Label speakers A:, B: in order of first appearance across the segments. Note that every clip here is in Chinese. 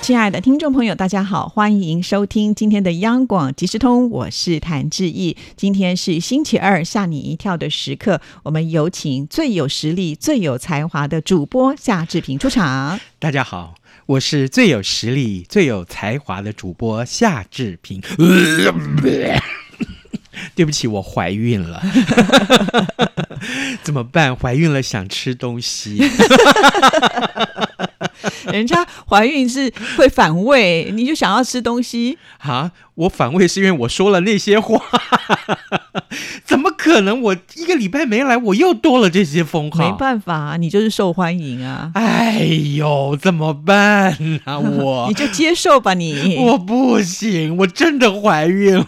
A: 亲爱的听众朋友，大家好，欢迎收听今天的央广即时通，我是谭志毅。今天是星期二，吓你一跳的时刻，我们有请最有实力、最有才华的主播夏志平出场。
B: 大家好，我是最有实力、最有才华的主播夏志平。 对不起，我怀孕了， 怎么办？怀孕了想吃东西，
A: 人家怀孕是会反胃，你就想要吃东西，
B: 啊！我反胃是因为我说了那些话，怎么可能？我一个礼拜没来，我又多了这些封号。
A: 没办法，你就是受欢迎啊，
B: 哎呦，怎么办 啊？我
A: 你就接受吧你。
B: 我不行，我真的怀孕了。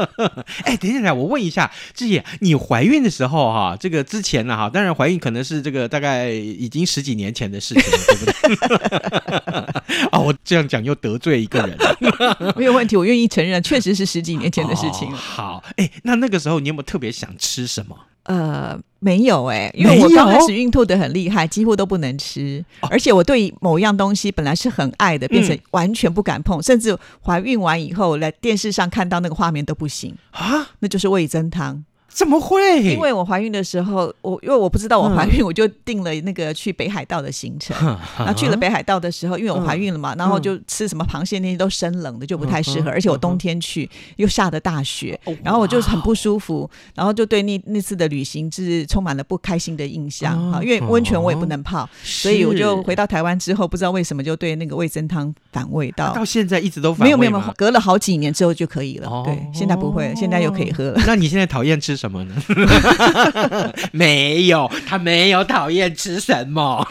B: 哎，等一下，我问一下志野，你怀孕的时候哈、这个之前呢、哈，当然怀孕可能是这个大概已经十几年前的事情了，对不对？ 啊，我这样讲又得罪一个人了，
A: 没有问题，我愿意承认，确实是十几年 前的事情
B: 哦
A: 了。
B: 好，哎，那那个时候你有没有特别想吃什么？
A: 呃，没有哎、因为我
B: 没有哦
A: 刚开始孕吐的很厉害，几乎都不能吃，而且我对某一样东西本来是很爱
B: 嗯
A: 的，变成完全不敢碰，甚至怀孕完以后来电视上看到那个画面都不行，
B: 啊？
A: 那就是味增汤。
B: 怎么会？
A: 因 为我怀孕的时候，我因为我不知道我
B: 嗯
A: 怀孕，我就定了那个去北海道的行 程。
B: 啊
A: 然后去
B: 嗯
A: 了北海道的时候，因为我怀孕了嘛，然后就吃什么螃蟹那些都生冷的，就不太适合。
B: 嗯哼
A: 而且我冬天去又下的大雪
B: 哦，
A: 然后我就很不舒服，然后就对那那次的旅行是充满了不开心的印象
B: 哦
A: 哈。因为温泉我也不能泡，所
B: 所
A: 以我就回到台湾之后，不知道为什么就对那个味增汤反胃到
B: 到。现在一直都反
A: 没有没有没
B: 胃
A: 有
B: 吗，
A: 隔了好几年之后就可以了。
B: 哦
A: 对，现在不会了，现在又可以喝 了。
B: 那你现在讨厌吃什 么呢？没有，他没有讨厌吃什么。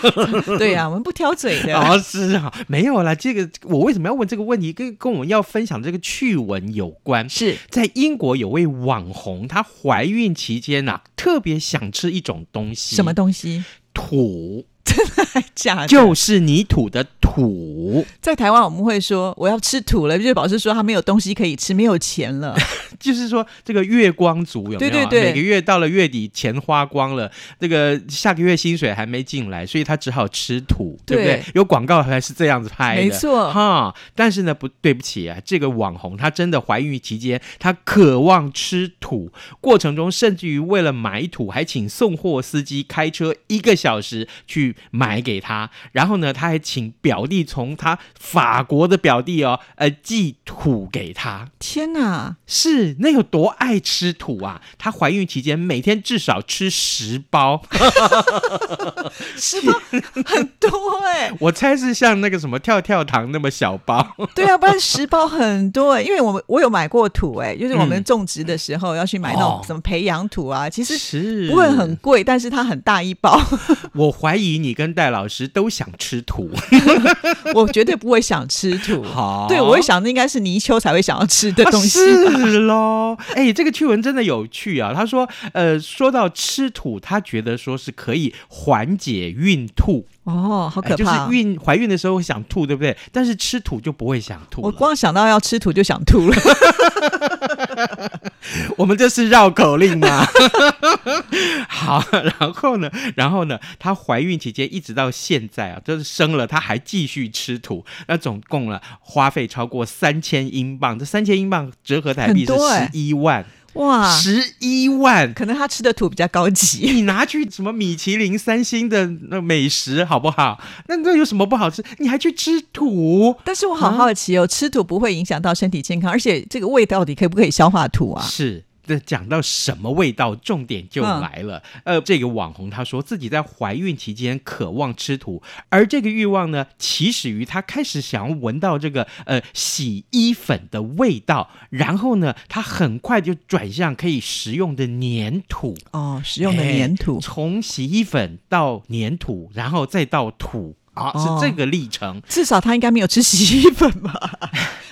A: 对呀、啊，我们不挑嘴的。
B: 哦，是啊，没有啦。这个我为什么要问这个问题？跟跟我们要分享这个趣闻有关。
A: 是
B: 在英国有位网红，她怀孕期间呐、特别想吃一种东西，
A: 什么东 西？
B: 土？
A: 假的
B: 就是泥土的土，
A: 在台湾我们会说我要吃土了，就是表示说他没有东西可以吃，没有钱了。
B: 就是说这个月光族有没有啊？
A: 对对对
B: 每个月到了月底钱花光了，这个下个月薪水还没进来，所以他只好吃土，对不对？
A: 对
B: 有广告还是这样子拍的，
A: 没错
B: 哈。但是呢，不对不起啊，这个网红她真的怀孕期间，她渴望吃土，过程中甚至于为了买土，还请送货司机开车一个小时去买给她。然后呢，她还请表弟从她法国的表弟哦，呃，寄土给她。
A: 天哪，
B: 是，那有多爱吃土啊？她怀孕期间每天至少吃十包，
A: 是吧？很多哎、
B: 我猜是像那个什么跳跳糖那么小包。
A: 对啊，不然十包很多哎、因为我们我有买过土哎、就是我们
B: 嗯
A: 种植的时候要去买那种
B: 哦
A: 什么培养土啊，其实
B: 是
A: 不会很，贵，但是它很大一 包，
B: 我怀疑你跟戴老师都想吃土。
A: 我绝对不会想吃土。
B: 好
A: 对，我会想那应该是泥鳅才会想要吃的东西吧。
B: 哦啊、是喽，哎，这个趣闻真的有趣啊。他说，呃，说到吃土，他觉得说是可以缓解孕吐，
A: 哦，好
B: 好
A: 可
B: 哎就
A: 怕。
B: 是孕怀孕的时候会想吐，对不对？但是吃土就不会想吐
A: 我
B: 了。
A: 光想到要吃土就想吐了，
B: 我们这是绕口令吗？ 好，然后呢，然后呢，她怀孕期间一直到现在啊，就是生了，她还继续吃土，那总共了花费超过三千英镑，这三千英镑折合台币是
A: 很多
B: 十
A: 欸啊
B: 一万，
A: 哇！
B: 十一、万。
A: 可能他吃的土比较高级。
B: 你拿去什么米其林三星的那美食好不好？那那有什么不好吃？你还去吃土？
A: 但是我好好奇哦，吃土不会影响到身体健康，而且这个胃到底可不可以消化土啊？
B: 是。那讲到什么味道，重点就
A: 嗯
B: 来了。呃，这个网红她说自己在怀孕期间渴望吃土，而这个欲望呢，起始于她开始想要闻到这个呃洗衣粉的味道，然后呢，她很快就转向可以食用的粘土。
A: 哦，食用的粘土
B: 哎，从洗衣粉到粘土，然后再到土啊，
A: 哦
B: 是这个历程。
A: 至少他应该没有吃 洗衣粉吧？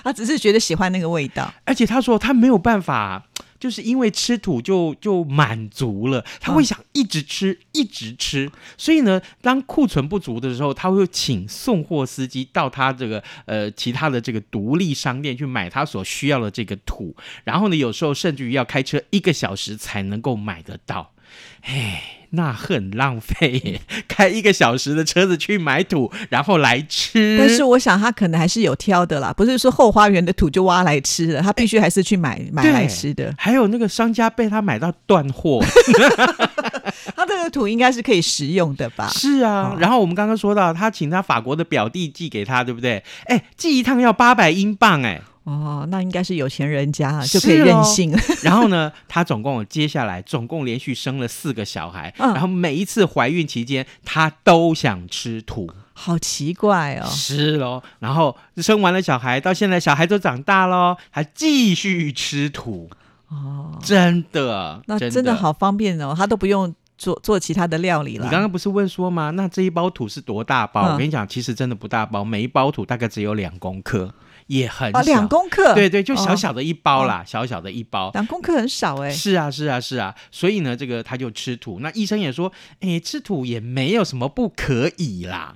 A: 他只是觉得喜欢那个味道。
B: 而且他说他没有办法。就是因为吃土就就满足了，他会想一直吃一直吃。所以呢，当库存不足的时候，他会请送货司机到他这个呃其他的这个独立商店去买他所需要的这个土，然后呢，有时候甚至于要开车一个小时才能够买得到。哎，那很浪费耶，开一个小时的车子去买土，然后来吃。
A: 但是我想他可能还是有挑的啦，不是说后花园的土就挖来吃的，他必须还是去买买来吃的。
B: 还有那个商家被他买到断货，
A: 他这个土应该是可以食用的吧？
B: 是啊
A: 好。
B: 然后我们刚刚说到，他请他法国的表弟寄给他，对不对？哎，寄一趟要八百英镑， 哎。
A: 哦，那应该是有钱人家啊
B: 是
A: 就可以
B: 哦
A: 任性。
B: 然后呢，她总共接下来总共连续生了四个小孩，
A: 嗯
B: 然后每一次怀孕期间，她都想吃土。
A: 好奇怪哦。
B: 是喽，然后生完了小孩，到现在小孩都长大喽，还继续吃土，
A: 哦，
B: 真的，
A: 那
B: 真
A: 真的。好方便哦，他都不用做做其他的料理
B: 你
A: 了。
B: 刚刚不是问说吗？那这一包土是多大包？
A: 嗯
B: 我跟你讲，其实真的不大包，每一包土大概只有两公克，也很小。
A: 啊，两公 克，
B: 对对，就小
A: 哦
B: 小的一包啦，小小的一包。
A: 两公克很少哎、
B: 是啊，是啊，是啊，所以呢，这个他就吃土。那医生也说，哎，吃土也没有什么不可以 啦，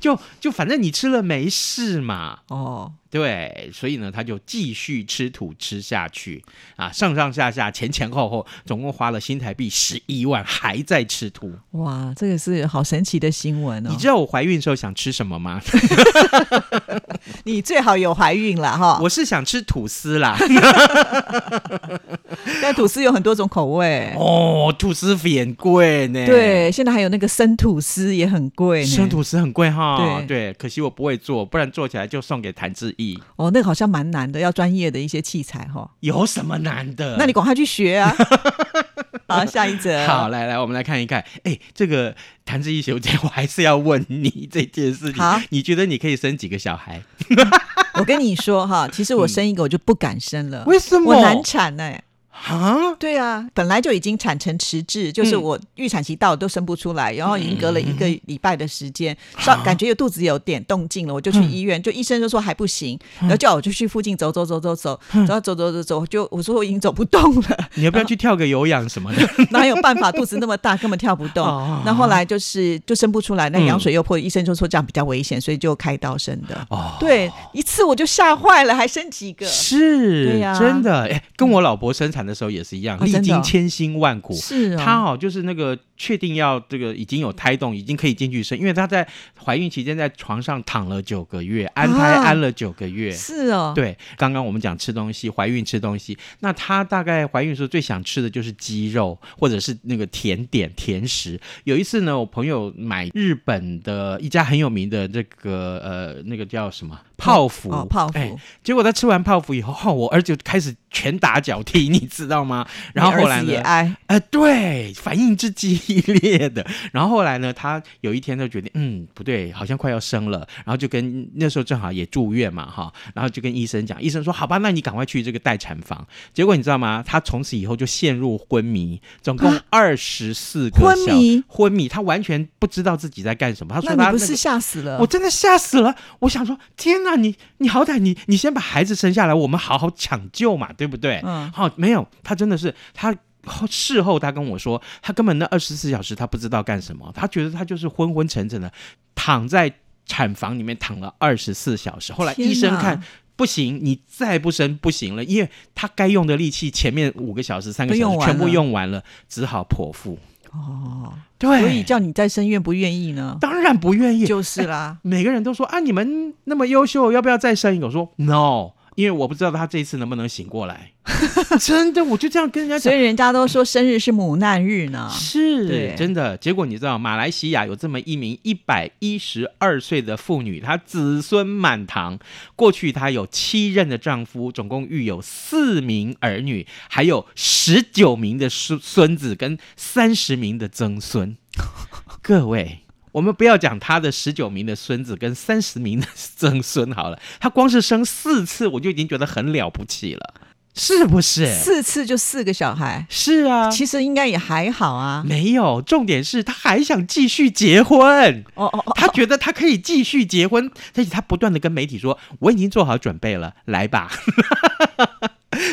B: 就就反正你吃了没事嘛。
A: 哦，
B: 对，所以呢，他就继续吃土吃下去啊，上上下下前前后后，总共花了新台币十一万，还在吃土。
A: 哦哇，这个是好神奇的新闻哦。
B: 你知道我怀孕的时候想吃什么吗？
A: 你最好有怀孕了哈，
B: 我是想吃吐司 啦。
A: 但吐司有很多种口味。
B: 哦，吐司很贵呢。
A: 对，现在还有那个生吐司也很贵呢，
B: 生吐司很贵哈，
A: 对
B: 可惜我不会做，不然做起来就送给谭志毅。
A: 哦，那个好像蛮难的，要专业的一些器材哈、
B: 有什么难的？
A: 那你赶快去学啊！ 好，下一则。
B: 好，来来，我们来看一看。哎，这个谭志毅小姐，我还是要问你这件事情
A: 好。
B: 你觉得你可以生几个小孩？
A: 我跟你说哈，其实我生一个我就不敢生了，
B: 嗯什
A: 我难产哎、
B: 啊？
A: 对啊，本来就已经产程迟滞，就是
B: 嗯
A: 我预产期到都生不出来，然后已经隔了一个礼拜的时间，稍
B: 啊
A: 感觉有肚子有点动静了，我就去医院，就医生就说还不行，
B: 嗯
A: 然后叫我就去附近走走走走走，然后走走走走，就我说我已经走不动了，
B: 你要不要去跳个有氧什么的？
A: 哪有办法？肚子那么大，根本跳不动
B: 哦。
A: 那后来就是就生不出来，那
B: 嗯
A: 羊水又破，医生就说这样比较危险，所以就开刀生的。
B: 哦，
A: 对，一次我就吓坏了，还生几个？
B: 是
A: 对，呀
B: 真的。哎，跟我老婆生产的时候也是一样，
A: 哦
B: 历
A: 真的
B: 经
A: 哦
B: 千辛万苦。
A: 是
B: 她哦，就是那个确定要这个已经有胎动，已经可以进去生，因为她在怀孕期间在床上躺了九个月，安胎
A: 啊
B: 安了九个月。
A: 是哦，
B: 对，刚刚我们讲吃东西，怀孕吃东西，那她大概怀孕的时候最想吃的就是鸡肉或者是那个甜点甜食。有一次呢，我朋友买日本的一家很有名的这个呃那个叫什么泡芙，
A: 哦，泡芙。
B: 哎结果他吃完泡芙以后，哦、我儿子就开始拳打脚踢，你知道吗？然后
A: 你儿
B: 后来
A: 子
B: 呢
A: 也？爱
B: 呃，对，反应之激烈的。然后后来呢，他有一天就决定，嗯，不对，好像快要生了，然后就跟那时候正好也住院嘛，哈，然后就跟医生讲，医生说，好吧，那你赶快去这个待产房。结果你知道吗？他从此以后就陷入昏迷，总共二十四个
A: 啊昏
B: 小
A: 迷
B: 昏迷，他完全不知道自己在干什么。他说
A: 那
B: 他、
A: 你
B: 那
A: 不
B: 个
A: 是吓死了？
B: 我真的吓死了！我想说，天哪，你你好歹你你先把孩子生下来，我们好好抢救嘛，对不对？
A: 嗯
B: 好，没有，他真的是他。后事后他跟我说，他根本那二十四小时他不知道干什么，他觉得他就是昏昏沉沉的躺在产房里面躺了二十四小时。后来
A: 天
B: 医生
A: 哪
B: 看不行，你再不生不行了，因为他该用的力气前面五个小时、三个
A: 都
B: 小
A: 用
B: 时
A: 完
B: 全部
A: 了
B: 用完了，只好剖腹。
A: 哦，
B: 对，
A: 所以叫你再生愿不愿意呢？
B: 当然不愿意，
A: 就是啦，
B: 每个人都说啊，你们那么优秀，要不要再生一个？我说 no，因为我不知道他这一次能不能醒过来。真的，我就这样跟人家
A: 所
B: 讲。
A: 以人家都说生日是母难日呢。
B: 是
A: 对
B: 真的，结果你知道，马来西亚有这么一名一百一十二岁的妇女，她子孙满堂。过去她有七任的丈夫，总共育有四名儿女，还有十九名的孙孙子跟三十名的曾 孙。各位，我们不要讲他的十九名的孙子跟三十名的曾孙好了，他光是生四次，我就已经觉得很了不起了，是不是？
A: 四次就四个小孩，
B: 是啊，
A: 其实应该也还好啊。
B: 没有，重点是他还想继续结婚。
A: 哦哦哦，
B: 他觉得他可以继续结婚，而且他不断的跟媒体说：“我已经做好准备了，来吧。”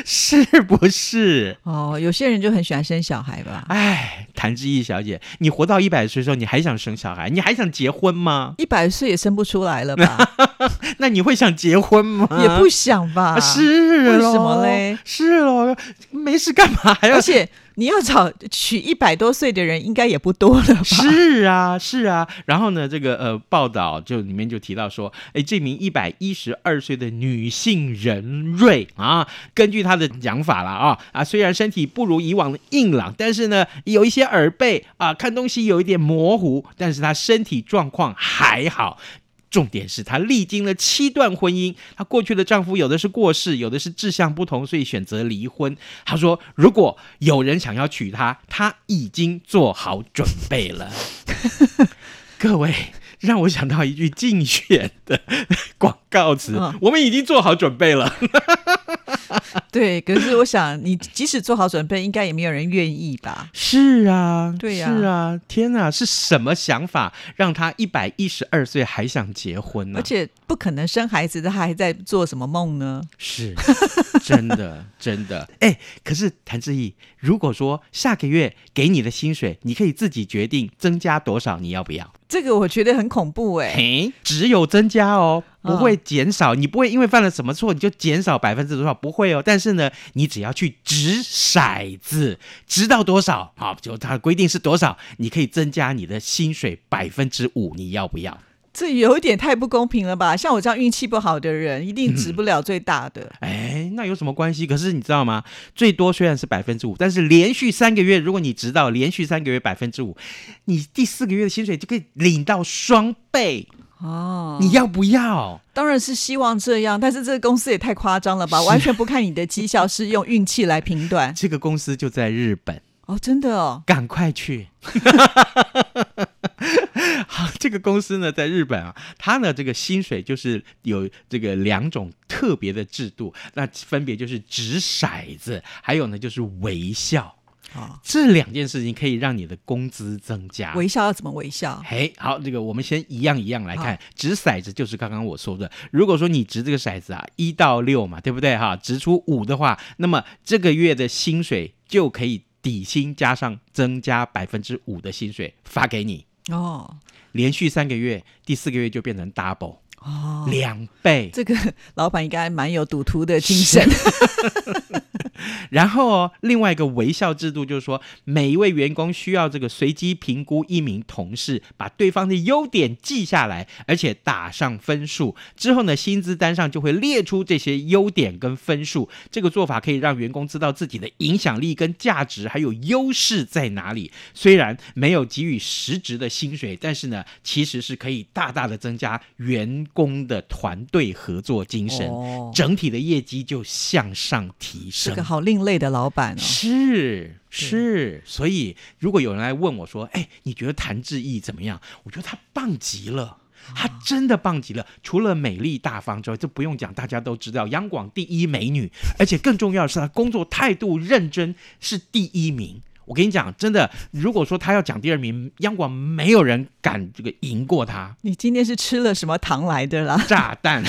B: 是不是？
A: 哦，有些人就很喜欢生小孩吧。
B: 哎，谭志毅小姐，你活到一百岁的时候，你还想生小孩？你还想结婚吗？
A: 一百岁也生不出来了吧？
B: 那你会想结婚吗？
A: 也不想吧？
B: 啊是咯
A: 为什么嘞？
B: 是咯，没事干嘛还要
A: 而？且你要找娶一百多岁的人，应该也不多了吧？
B: 是啊，是啊。然后呢，这个呃报道就里面就提到说，哎，这名一百一十二岁的女性任瑞啊，根据她的讲法啦啊啊，虽然身体不如以往的硬朗，但是呢有一些耳背啊，看东西有一点模糊，但是她身体状况还好。重点是她历经了七段婚姻，她过去的丈夫有的是过世，有的是志向不同，所以选择离婚。她说，如果有人想要娶她，她已经做好准备 了。各位，让我想到一句竞选的广告词：
A: 嗯
B: 我们已经做好准备了。
A: 对，可是我想，你即使做好准备，应该也没有人愿意吧？
B: 是啊，
A: 对呀
B: 是啊，天哪，是什么想法让她一百一十二岁还想结婚呢、
A: 而且不可能生孩子的，他还在做什么梦呢？
B: 是，真的， 真的。哎、可是谭志毅，如果说下个月给你的薪水，你可以自己决定增加多少，你要不要？
A: 这个我觉得很恐怖哎、
B: 嘿，只有增加哦，
A: 嗯
B: 不会减少。你不会因为犯了什么错你就减少百分之多少，不会哦。但是呢，你只要去掷骰子，掷到多少，好，就它的规定是多少，你可以增加你的薪水百分之五，你要不要？
A: 这有一点太不公平了吧？像我这样运气不好的人，一定值不了最大的。
B: 哎，那有什么关系？可是你知道吗？最多虽然是百分之五，但是连续三个月，如果你直到连续三个月百分之五，你第四个月的薪水就可以领到双倍。
A: 哦，
B: 嗯你要不要？
A: 当然是希望这样，但是这个公司也太夸张了吧？完全不看你的绩效，是用运气来评 断。
B: 这个公司就在日本，
A: 哦，真的哦，
B: 赶快去。 好，这个公司呢，在日本啊，它呢这个薪水就是有这个两种特别的制度，那分别就是掷骰子，还有呢就是微笑。
A: 啊、
B: 这两件事情可以让你的工资增加。
A: 哦微笑要怎么微笑？
B: 嘿，好，这个我们先一样一样来看
A: 好，
B: 掷骰子就是刚刚我说的。如果说你掷这个骰子啊，一到六嘛，对不对哈？掷出五的话，那么这个月的薪水就可以底薪加上增加百分之五的薪水发给你，
A: 哦
B: 连续三个月，第四个月就变成 double、
A: 哦，
B: 两倍。
A: 这个老板应该蛮有赌徒的精神。
B: 然后哦，另外一个微笑制度就是说，每一位员工需要这个随机评估一名同事，把对方的优点记下来，而且打上分数。之后呢，薪资单上就会列出这些优点跟分数。这个做法可以让员工知道自己的影响力跟价值，还有优势在哪里。虽然没有给予实质的薪水，但是呢，其实是可以大大的增加员工的团队合作精神，
A: 哦
B: 整体的业绩就向上提
A: 是
B: 升
A: 个。好另类的老板哦。
B: 是是，所以如果有人来问我说：“哎，你觉得谭志毅怎么样？”我觉得他棒极了。他真的棒极了，除了美丽大方之外，这不用讲，大家都知道，央广第一美女，而且更重要的是，她工作态度认真是第一名。我跟你讲，真的，如果说她要讲第二名，央广没有人敢这个赢过她。
A: 你今天是吃了什么糖来的啦？
B: 炸弹，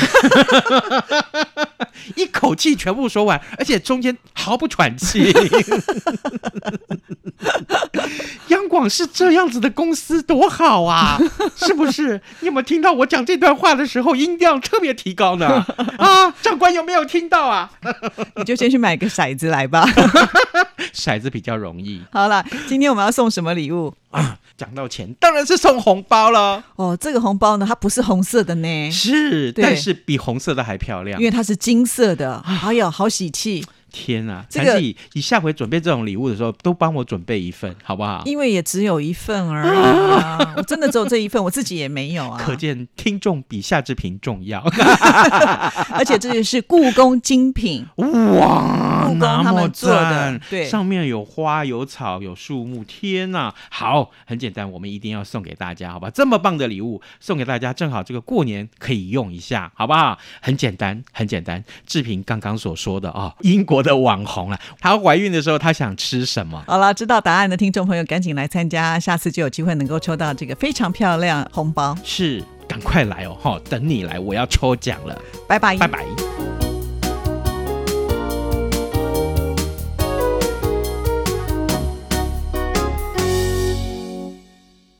B: 一口气全部说完，而且中间毫不喘气。 央广是这样子的公司，多好啊，是不是？你有没有听到我讲这段话的时候音调特别提高呢？啊，长官有没有听到啊？
A: 你就先去买个骰子来吧。
B: 骰子比较容易
A: 好了，今天我们要送什么礼物？
B: 啊。讲到钱，当然是送红包了，
A: 哦，这个红包呢，它不是红色的呢，
B: 是，啊
A: 对
B: 但是比红色的还漂亮
A: 因。为它是金色的。
B: 啊
A: 哎呦，好喜气！
B: 天啊，
A: 这
B: 谭
A: 个
B: 志毅，你下回准备这种礼物的时候，都帮我准备一份，好不好？
A: 因为也只有一份而已、 啊，我真的只有这一份，我自己也没有啊。
B: 可见听众比夏志平重 要。
A: 而且这也是故宫精品，
B: 哇
A: 故宫
B: 那
A: 他
B: 么
A: 们做的
B: 赞，
A: 对
B: 上面有花、有草、有树木，天呐！好，很简单，我们一定要送给大家，好吧？这么棒的礼物送给大家，正好这个过年可以用一下，好不好？很简单，很简单。志平刚刚所说的啊、英国的网红啊，她怀孕的时候她想吃什么？
A: 好了，知道答案的听众朋友赶紧来参加，下次就有机会能够抽到这个非常漂亮红包。
B: 是，赶快来哦，哈，等你来，我要抽奖了，
A: 拜拜。
B: 拜拜。